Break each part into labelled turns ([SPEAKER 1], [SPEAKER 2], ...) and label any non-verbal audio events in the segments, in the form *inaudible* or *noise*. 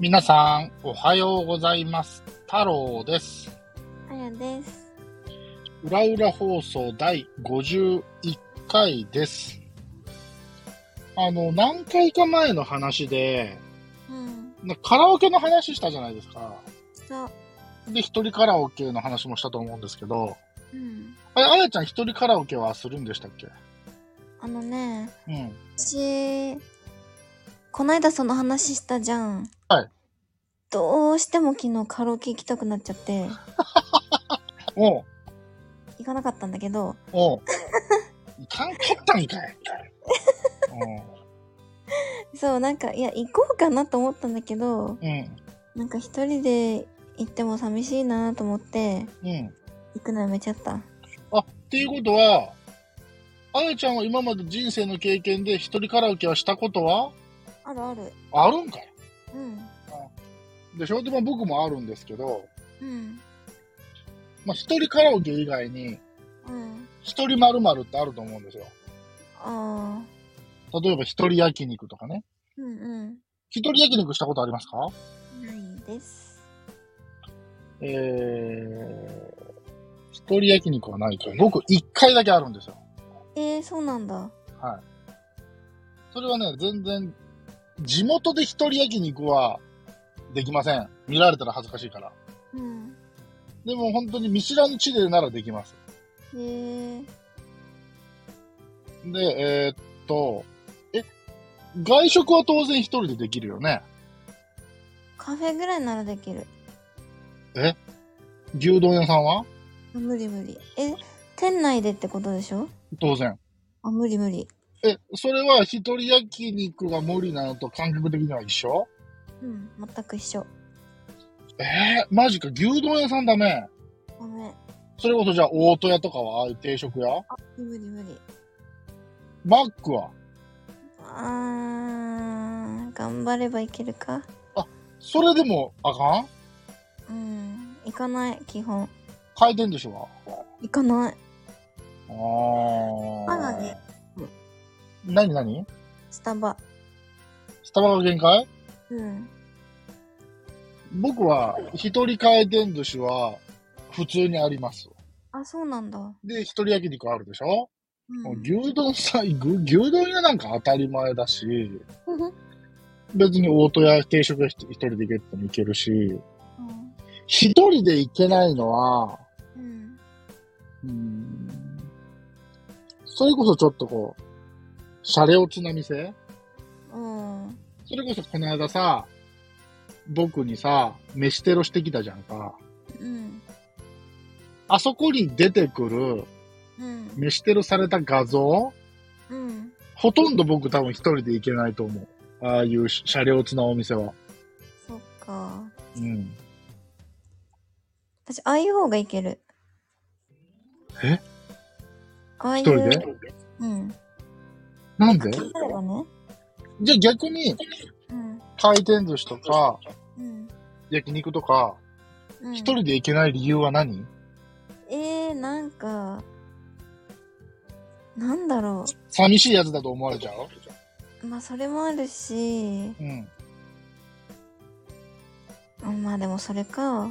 [SPEAKER 1] 皆さん、おはようございます。太郎です。
[SPEAKER 2] あやです。
[SPEAKER 1] うらうら放送第51回です。あの、何回か前の話で、
[SPEAKER 2] うん。
[SPEAKER 1] なカラオケの話したじゃないですか。
[SPEAKER 2] そう。
[SPEAKER 1] で、一人カラオケの話もしたと思うんですけど、
[SPEAKER 2] うん。
[SPEAKER 1] あれ、あやちゃん一人カラオケはするんでしたっけ
[SPEAKER 2] あのね、
[SPEAKER 1] うん。
[SPEAKER 2] 私、こないだその話したじゃん。
[SPEAKER 1] はい。
[SPEAKER 2] どうしても昨日カラオケ行きたくなっちゃって、
[SPEAKER 1] おう、
[SPEAKER 2] 行かなかったんだけど、
[SPEAKER 1] おう。いかんかったんかい。
[SPEAKER 2] そう、なんか、いや、行こうかなと思ったんだけど、
[SPEAKER 1] うん、うん、
[SPEAKER 2] なんか一人で行っても寂しいなと思って、
[SPEAKER 1] うん。
[SPEAKER 2] 行くのやめちゃった。
[SPEAKER 1] っていうことは、あやちゃんは今まで人生の経験で一人カラオケはしたことは
[SPEAKER 2] あるある。
[SPEAKER 1] あるんかい
[SPEAKER 2] うん。
[SPEAKER 1] でしょでも僕もあるんですけど、
[SPEAKER 2] うん。
[SPEAKER 1] まあ、一人カラオケ以外に、
[SPEAKER 2] うん。
[SPEAKER 1] 一人〇〇ってあると思うんですよ。
[SPEAKER 2] ああ。
[SPEAKER 1] 例えば一人焼肉とかね。
[SPEAKER 2] うんうん。
[SPEAKER 1] 一人焼肉したことありますか
[SPEAKER 2] ないです。
[SPEAKER 1] えー、一人焼肉はないかい僕一回だけあるんですよ。
[SPEAKER 2] えー、そうなんだ。
[SPEAKER 1] それはね、全然、地元で一人焼肉はできません。見られたら恥ずかしいから。
[SPEAKER 2] うん。
[SPEAKER 1] でも本当に見知らぬ地でならできます。
[SPEAKER 2] えー。
[SPEAKER 1] で、えーっと、え、外食は当然一人でできるよね。
[SPEAKER 2] カフェぐらいならできる。
[SPEAKER 1] 牛丼屋さんは
[SPEAKER 2] あ無理無理。え、店内でってことでしょ
[SPEAKER 1] 当然。
[SPEAKER 2] あ、無理無理。
[SPEAKER 1] え、それは一人焼肉が無理なのと感覚的には一緒
[SPEAKER 2] うん、全く一緒。
[SPEAKER 1] えー、マジか、牛丼屋さんだね。
[SPEAKER 2] ダメ。
[SPEAKER 1] それこそじゃあ、大戸屋とかはああいう定食屋
[SPEAKER 2] 無理無理。
[SPEAKER 1] マックは
[SPEAKER 2] あー、頑張ればいけるか。
[SPEAKER 1] それでもあかん
[SPEAKER 2] うん、行かない、基本。
[SPEAKER 1] 回転でしょ
[SPEAKER 2] 行かない。
[SPEAKER 1] あー。
[SPEAKER 2] まだね。
[SPEAKER 1] 何何
[SPEAKER 2] スタバ。
[SPEAKER 1] スタバが限界
[SPEAKER 2] うん。
[SPEAKER 1] 僕は、一人回転寿司は、普通にあります。
[SPEAKER 2] あ、そうなんだ。
[SPEAKER 1] で、一人焼肉あるでしょ
[SPEAKER 2] う。
[SPEAKER 1] もうん牛丼さ、牛牛丼屋なんか当たり前だし、別に大戸屋定食屋一人で行けっても行けるし、
[SPEAKER 2] うん
[SPEAKER 1] 一人で行けないのは、
[SPEAKER 2] うん。
[SPEAKER 1] うーん、それこそちょっとこう、シャレオツな店
[SPEAKER 2] うん。
[SPEAKER 1] それこそこの間さ、僕にさ、飯テロしてきたじゃんか。
[SPEAKER 2] うん。
[SPEAKER 1] あそこに出てくる
[SPEAKER 2] うん。
[SPEAKER 1] 飯テロされた画像、
[SPEAKER 2] うん。
[SPEAKER 1] ほとんど僕多分一人で行けないと思う。ああいうシャレオツなお店は。
[SPEAKER 2] そっか。
[SPEAKER 1] うん。
[SPEAKER 2] 私、ああいう方がいける。
[SPEAKER 1] え
[SPEAKER 2] ああいう。
[SPEAKER 1] 一人で
[SPEAKER 2] うん。
[SPEAKER 1] なんで
[SPEAKER 2] 例えばね。
[SPEAKER 1] じゃあ逆に、
[SPEAKER 2] うん。
[SPEAKER 1] 回転寿司とか、
[SPEAKER 2] うん。
[SPEAKER 1] 焼肉とか、
[SPEAKER 2] うん
[SPEAKER 1] 一人で行けない理由は何
[SPEAKER 2] えー、なんか、なんだろ
[SPEAKER 1] 寂しいやつだと思われちゃう
[SPEAKER 2] う。まあ、それもあるし、
[SPEAKER 1] うん。
[SPEAKER 2] うんまあでもそれか。
[SPEAKER 1] あ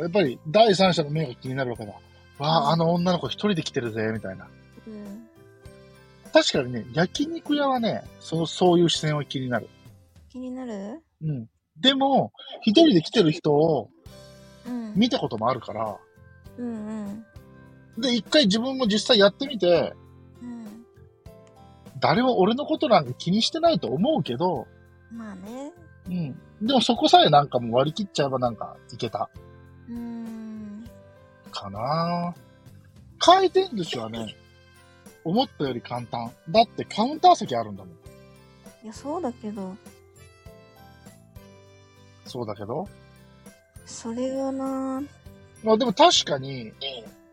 [SPEAKER 1] やっぱり、第三者の目が気になるわけだ。わあ、あの女の子一人で来てるぜ、みたいな。
[SPEAKER 2] うん。
[SPEAKER 1] 確かにね、焼肉屋はね、その、そういう視線は気になる。
[SPEAKER 2] 気になる
[SPEAKER 1] うん。でも、一人で来てる人を
[SPEAKER 2] うん。
[SPEAKER 1] 見たこともあるから、
[SPEAKER 2] うんうん。
[SPEAKER 1] で、一回自分も実際やってみて、
[SPEAKER 2] うん。
[SPEAKER 1] 誰も俺のことなんか気にしてないと思うけど、
[SPEAKER 2] まあね。
[SPEAKER 1] うん。でもそこさえなんかもう割り切っちゃえばなんかいけた。
[SPEAKER 2] うーん。
[SPEAKER 1] かな回転寿司はね、思ったより簡単。だってカウンター席あるんだもん。
[SPEAKER 2] いや、そうだけど、
[SPEAKER 1] そうだけど。
[SPEAKER 2] それはな
[SPEAKER 1] まあでも確かに、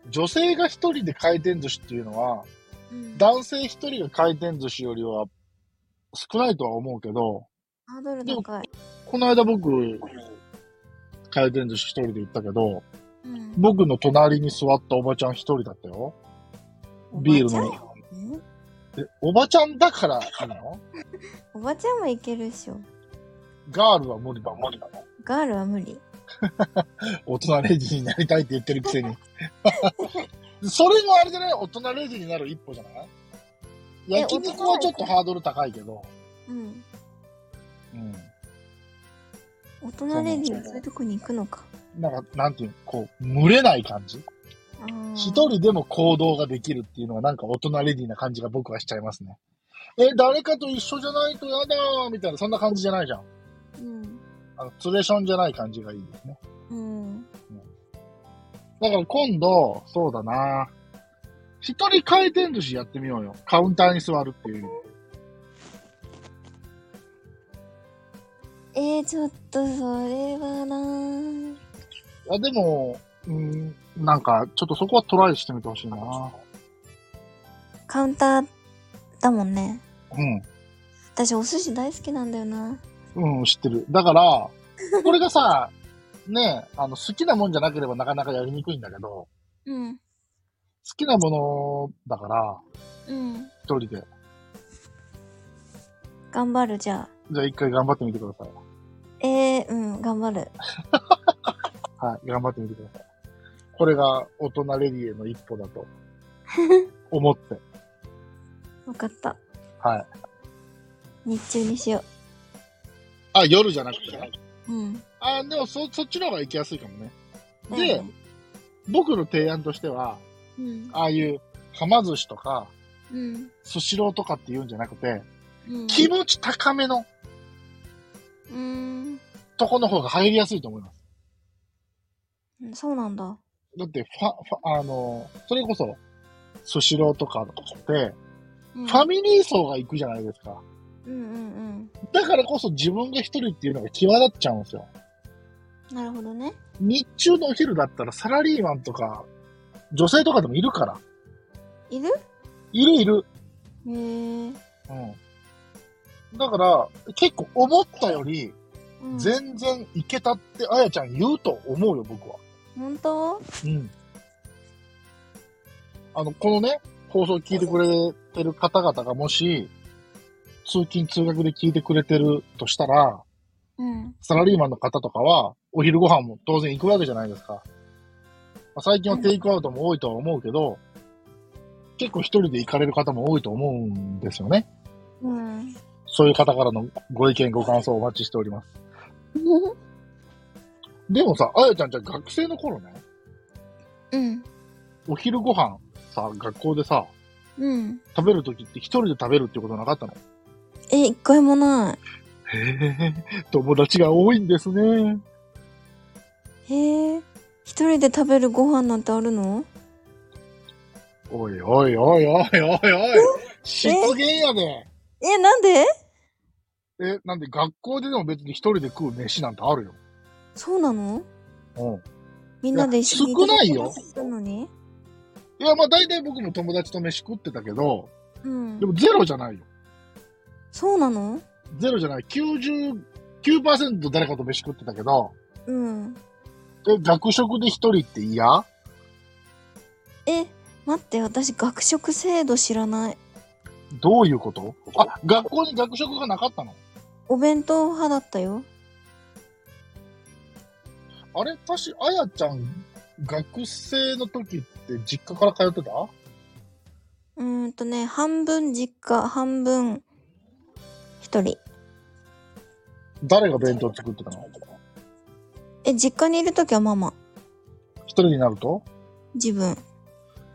[SPEAKER 1] 女性が一人で回転寿司っていうのは、
[SPEAKER 2] うん
[SPEAKER 1] 男性一人が回転寿司よりは少ないとは思うけど、
[SPEAKER 2] ハードル高い。
[SPEAKER 1] この間僕、回転寿司一人で行ったけど、
[SPEAKER 2] うん。
[SPEAKER 1] 僕の隣に座ったおばちゃん一人だったよ。ビールの。
[SPEAKER 2] の。
[SPEAKER 1] え、おばちゃんだからいいの
[SPEAKER 2] おばちゃんもいけるっしょ。
[SPEAKER 1] ガールは無理だ、無理だの。
[SPEAKER 2] ガールは無理。
[SPEAKER 1] 大人レイジになりたいって言ってるくせに。 *laughs* それもあれじゃない大人レイジになる一歩じゃない
[SPEAKER 2] え
[SPEAKER 1] 焼肉はちょっとハードル高いけど。
[SPEAKER 2] うん。
[SPEAKER 1] うん。
[SPEAKER 2] 大人レディはそういうとこに行くのか。
[SPEAKER 1] なんか、なんていうの、こう、群れない感じ。
[SPEAKER 2] あー
[SPEAKER 1] 一人でも行動ができるっていうのはなんか大人レディな感じが僕はしちゃいますね。え、誰かと一緒じゃないとやだーみたいな、そんな感じじゃないじゃん。
[SPEAKER 2] うん。
[SPEAKER 1] あの、ツレションじゃない感じがいいですね。
[SPEAKER 2] うん。
[SPEAKER 1] だから今度、そうだな一人回転寿司やってみようよ。カウンターに座るっていう意味で。
[SPEAKER 2] えー、ちょっとそれはなー
[SPEAKER 1] いや、でも、うん、なんか、ちょっとそこはトライしてみてほしいな
[SPEAKER 2] カウンターだもんね。
[SPEAKER 1] うん。
[SPEAKER 2] 私お寿司大好きなんだよな。
[SPEAKER 1] うん、知ってる。だから、これがさ、 *laughs* ねあの、好きなもんじゃなければなかなかやりにくいんだけど、好
[SPEAKER 2] うん。
[SPEAKER 1] きなものだから、
[SPEAKER 2] うん。
[SPEAKER 1] 一人で。
[SPEAKER 2] 頑張る、じゃあ。
[SPEAKER 1] じゃあ一回頑張ってみてください。
[SPEAKER 2] えー、うん、頑張る。
[SPEAKER 1] はい、頑張ってみてください。これが大人レディへの一歩だと思って、
[SPEAKER 2] わかった。
[SPEAKER 1] はい。
[SPEAKER 2] 日中にしよ
[SPEAKER 1] あ、夜じゃなくてね。
[SPEAKER 2] う。うん。
[SPEAKER 1] あ、でもそ、そっちの方が行きやすいかもね。で
[SPEAKER 2] だよね
[SPEAKER 1] 僕の提案としては、
[SPEAKER 2] うん。
[SPEAKER 1] ああいう、はま寿司とか、
[SPEAKER 2] うん。
[SPEAKER 1] スシローとかって言うんじゃなくて、
[SPEAKER 2] うん。
[SPEAKER 1] 気持ち高めの
[SPEAKER 2] うーん。
[SPEAKER 1] とこの方が入りやすいと思います。
[SPEAKER 2] うんそうなんだ。
[SPEAKER 1] だって、ファ、ファ、あの、それこそ、スシローとかって、
[SPEAKER 2] うん
[SPEAKER 1] ファミリー層が行くじゃないですか。
[SPEAKER 2] うんうん
[SPEAKER 1] だからこそ自分が一人っていうのが際立っちゃうんですよ。
[SPEAKER 2] うん。なるほどね。
[SPEAKER 1] 日中のお昼だったらサラリーマンとか、女性とかでもいるから。
[SPEAKER 2] いる
[SPEAKER 1] いるいる。
[SPEAKER 2] へえ。
[SPEAKER 1] うん。だから、結構思ったより、
[SPEAKER 2] うん
[SPEAKER 1] 全然いけたってあやちゃん言うと思うよ、僕は。
[SPEAKER 2] 本当
[SPEAKER 1] うん。あの、このね、放送聞いてくれてる方々がもし、通勤通学で聞いてくれてるとしたら、
[SPEAKER 2] うん。
[SPEAKER 1] サラリーマンの方とかは、お昼ご飯も当然行くわけじゃないですか。まあ最近はテイクアウトも多いとは思うけど、結構一人で行かれる方も多いと思うんですよね。
[SPEAKER 2] うん。
[SPEAKER 1] そういう方からのご意見、ご感想をお待ちしており
[SPEAKER 2] *laughs*
[SPEAKER 1] ます。でもさ、あやちゃんじゃあ学生の頃ね、
[SPEAKER 2] うん。
[SPEAKER 1] お昼ご飯さ、学校でさ、
[SPEAKER 2] うん。
[SPEAKER 1] 食べるときって一人で食べるってことなかったの
[SPEAKER 2] え、一回もな
[SPEAKER 1] へえ、友達が多いんですね。
[SPEAKER 2] い。へえ。一人で食べるご飯なんてあるの
[SPEAKER 1] おいおいおいおい
[SPEAKER 2] *laughs*
[SPEAKER 1] おいおい、失言やで。
[SPEAKER 2] え、なんで
[SPEAKER 1] え、なんで学校ででも別に一人で食う飯なんてあるよ。
[SPEAKER 2] そうなの
[SPEAKER 1] うん。
[SPEAKER 2] みんなで一緒に
[SPEAKER 1] 少ないよ
[SPEAKER 2] いただきまするのに
[SPEAKER 1] いや、まあ大体僕も友達と飯食ってたけど、
[SPEAKER 2] うん
[SPEAKER 1] で。もゼロじゃないよ。
[SPEAKER 2] そうなの
[SPEAKER 1] ゼロじゃない。99%誰かと飯食ってたけど、
[SPEAKER 2] うん。
[SPEAKER 1] え、学食で一人って嫌
[SPEAKER 2] え、待って、私学食制度知らない。
[SPEAKER 1] どういうことあ、学校に学食がなかったの
[SPEAKER 2] お弁当派だったよ。
[SPEAKER 1] あれ確か、あやちゃん、学生の時って実家から通ってた
[SPEAKER 2] うーんとね、半分実家、半分一人。
[SPEAKER 1] 誰が弁当作ってたの
[SPEAKER 2] え、実家にいるときはママ。
[SPEAKER 1] 一人になると
[SPEAKER 2] 自分。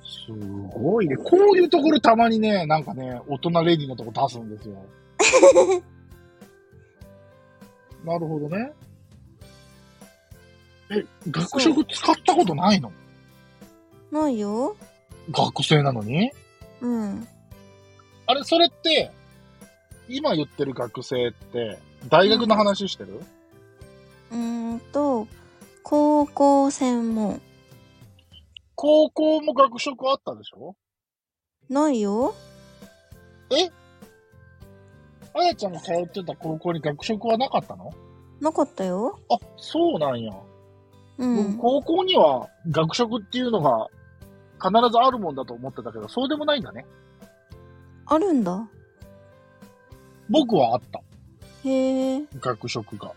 [SPEAKER 1] すごいね。こういうところたまにね、なんかね、大人レディのとこ出すん *laughs* ですよ。なるほどね。え、学食使ったことないの
[SPEAKER 2] ないよ。
[SPEAKER 1] 学生なのに
[SPEAKER 2] うん。
[SPEAKER 1] あれ、それって、今言ってる学生って、大学の話してる、
[SPEAKER 2] うーんと、高校専門。
[SPEAKER 1] 高校も学食あったでしょ
[SPEAKER 2] ないよ。
[SPEAKER 1] あやちゃんが通ってた高校に学食はなかったの
[SPEAKER 2] なかったよ。
[SPEAKER 1] あ、そうなんや。
[SPEAKER 2] う
[SPEAKER 1] 僕
[SPEAKER 2] ん。
[SPEAKER 1] 高校には学食っていうのが必ずあるもんだと思ってたけど、そうでもないんだね。
[SPEAKER 2] あるんだ。
[SPEAKER 1] 僕はあった。
[SPEAKER 2] へへえ、
[SPEAKER 1] 学食が。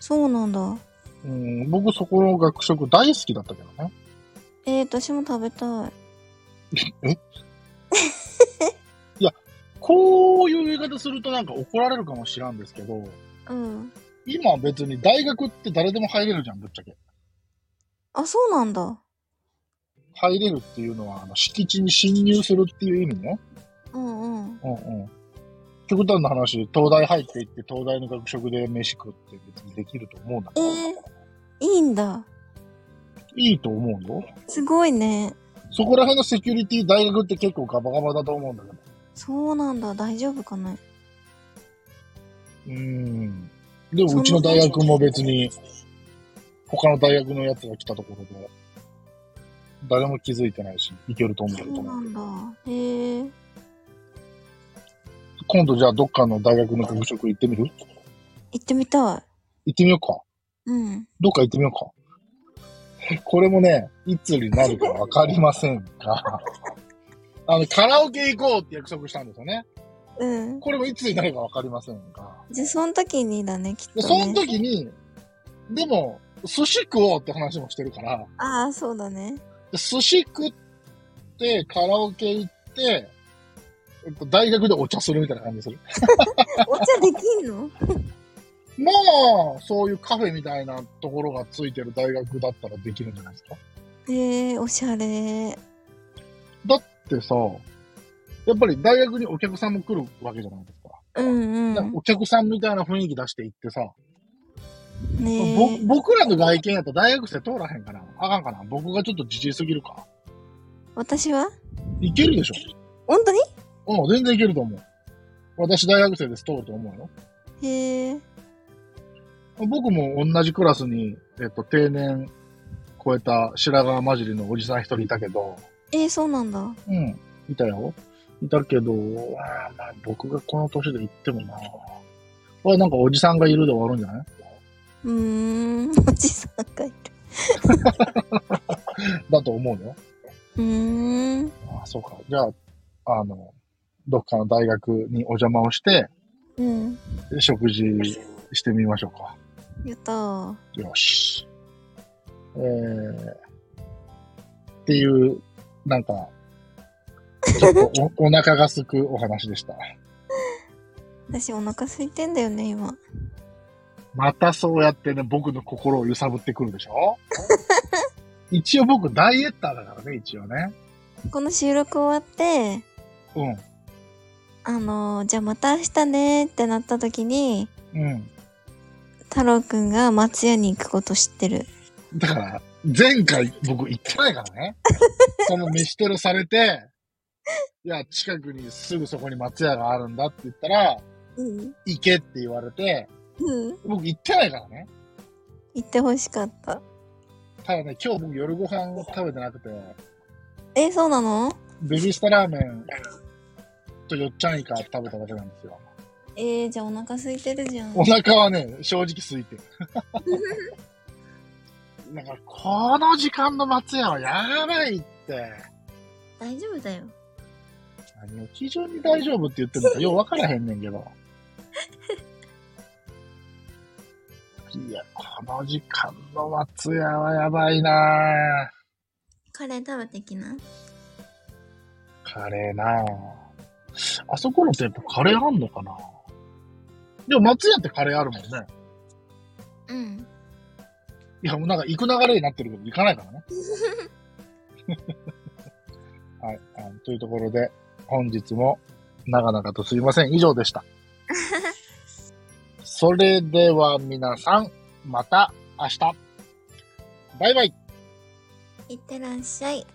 [SPEAKER 2] そうなんだ。
[SPEAKER 1] うん、僕そこの学食大好きだったけどね。
[SPEAKER 2] えー、私も食べたい。
[SPEAKER 1] こういう言い方するとなんか怒られるかもしらんですけど、
[SPEAKER 2] うん。
[SPEAKER 1] 今は別に大学って誰でも入れるじゃん、ぶっちゃけ。
[SPEAKER 2] あ、そうなんだ。
[SPEAKER 1] 入れるっていうのは、あの敷地に侵入するっていう意味ね。
[SPEAKER 2] うんうん。
[SPEAKER 1] うんうん。極端な話、東大入っていって、東大の学食で飯食って別にできると思うんだけ
[SPEAKER 2] え
[SPEAKER 1] ど、
[SPEAKER 2] ー、いいんだ。
[SPEAKER 1] いいと思うよ。
[SPEAKER 2] すごいね。
[SPEAKER 1] そこら辺のセキュリティ、大学って結構ガバガバだと思うんだけど。
[SPEAKER 2] そうなんだ。大丈夫かな。
[SPEAKER 1] うーん。でもうちの大学も別に、他の大学のやつが来たところで、誰も気づいてないし、いけると思うけ
[SPEAKER 2] そう
[SPEAKER 1] ど
[SPEAKER 2] な
[SPEAKER 1] ね。
[SPEAKER 2] んだ。へえ。
[SPEAKER 1] 今度じゃあどっかの大学の学食行ってみる
[SPEAKER 2] 行ってみたい。
[SPEAKER 1] 行ってみようか。
[SPEAKER 2] うん。
[SPEAKER 1] どっか行ってみようか。これもね、いつになるかわかりませんが、あの、カラオケ行こうって約束したんですよね。
[SPEAKER 2] うん。
[SPEAKER 1] これもいつになるかわかりませんが。
[SPEAKER 2] じゃあ、その時にだね、きっ
[SPEAKER 1] で、
[SPEAKER 2] と、
[SPEAKER 1] その
[SPEAKER 2] ね。
[SPEAKER 1] 時に、でも、寿司食おうって話もしてるから、
[SPEAKER 2] ああ、そうだ *laughs* ね。
[SPEAKER 1] で寿司食って、カラオケ行って、えっと大学でお茶するみたいな感じする。
[SPEAKER 2] お茶できんの
[SPEAKER 1] まあ、そういうカフェみたいなところがついてる大学だったらできるんじゃないですか
[SPEAKER 2] へえ、おしゃれ。
[SPEAKER 1] ってさ、やっぱり大学にお客さんも来るわけじゃないですか。
[SPEAKER 2] うん
[SPEAKER 1] だか
[SPEAKER 2] う
[SPEAKER 1] ら
[SPEAKER 2] ん。
[SPEAKER 1] お客さんみたいな雰囲気出していってさ、ぼ
[SPEAKER 2] ねえ。
[SPEAKER 1] 僕らの外見やったら大学生通らへんかなあかんかな僕がちょっとじじいすぎるか
[SPEAKER 2] 私はい
[SPEAKER 1] けるでしょ
[SPEAKER 2] 本当に
[SPEAKER 1] うん、全然いけると思う。私大学生です、通ると思うよ。
[SPEAKER 2] へえ。
[SPEAKER 1] 僕も同じクラスに、えっと、定年超えた白髪混じりのおじさん一人いたけど、
[SPEAKER 2] えー、そうなんだ。
[SPEAKER 1] うん、いたよ。いたけど、あーまあ僕がこの年で行ってもな。これなんかおじさんがいるで終わるんじゃないう
[SPEAKER 2] ーん、おじさんがいる。
[SPEAKER 1] だと思うよ。
[SPEAKER 2] うーん。
[SPEAKER 1] あーそうか。じゃあ、あの、どっかの大学にお邪魔をして、
[SPEAKER 2] うん。
[SPEAKER 1] 食事してみましょうか。
[SPEAKER 2] やったー。
[SPEAKER 1] よし。えー、っていう、なんか、ちょっとおお腹がすくお話でした。
[SPEAKER 2] 私お腹空いてんだよね、今。
[SPEAKER 1] またそうやってね、僕の心を揺さぶってくるでしょ一応僕ダイエッターだからね、一応ね。
[SPEAKER 2] この収録終わって、
[SPEAKER 1] う
[SPEAKER 2] あのー、じゃあまた明日ねーってなった時に、
[SPEAKER 1] ん。うん。
[SPEAKER 2] 太郎くんが松屋に行くこと知ってる。
[SPEAKER 1] だから、前回僕行ってないからね。その飯テロされて、いや、近くにすぐそこに松屋があるんだって言ったら、
[SPEAKER 2] うん。
[SPEAKER 1] 行けって言われて、
[SPEAKER 2] うん。
[SPEAKER 1] 僕行ってないからね。
[SPEAKER 2] 行ってほしかった。
[SPEAKER 1] ただね、今日僕夜ご飯を食べてなくて、
[SPEAKER 2] えー、そうなの
[SPEAKER 1] ベビースタラーメンとよっちゃんイカ食べただけなんですよ。
[SPEAKER 2] えー、じゃあお腹空いてるじゃん
[SPEAKER 1] お。腹はね、正直空いてる。だから、この時間の松屋はやばいって。
[SPEAKER 2] 大丈夫だよ。
[SPEAKER 1] 何を基準に大丈夫って言ってるのかよう分からへんねんけど。 *laughs* いや、この時間の松屋はやばいなぁ。
[SPEAKER 2] カレー食べてきな。
[SPEAKER 1] カレーなぁ。あそこの店舗カレーあんのかなでも松屋ってカレーあるもんね。
[SPEAKER 2] うん。
[SPEAKER 1] いや、もうなんか行く流れになってるけど、行かないからね。はい、あのというところで、本日も長々とすいません。以上でした。それでは皆さん、また明日。バイバイ。
[SPEAKER 2] いってらっしゃい。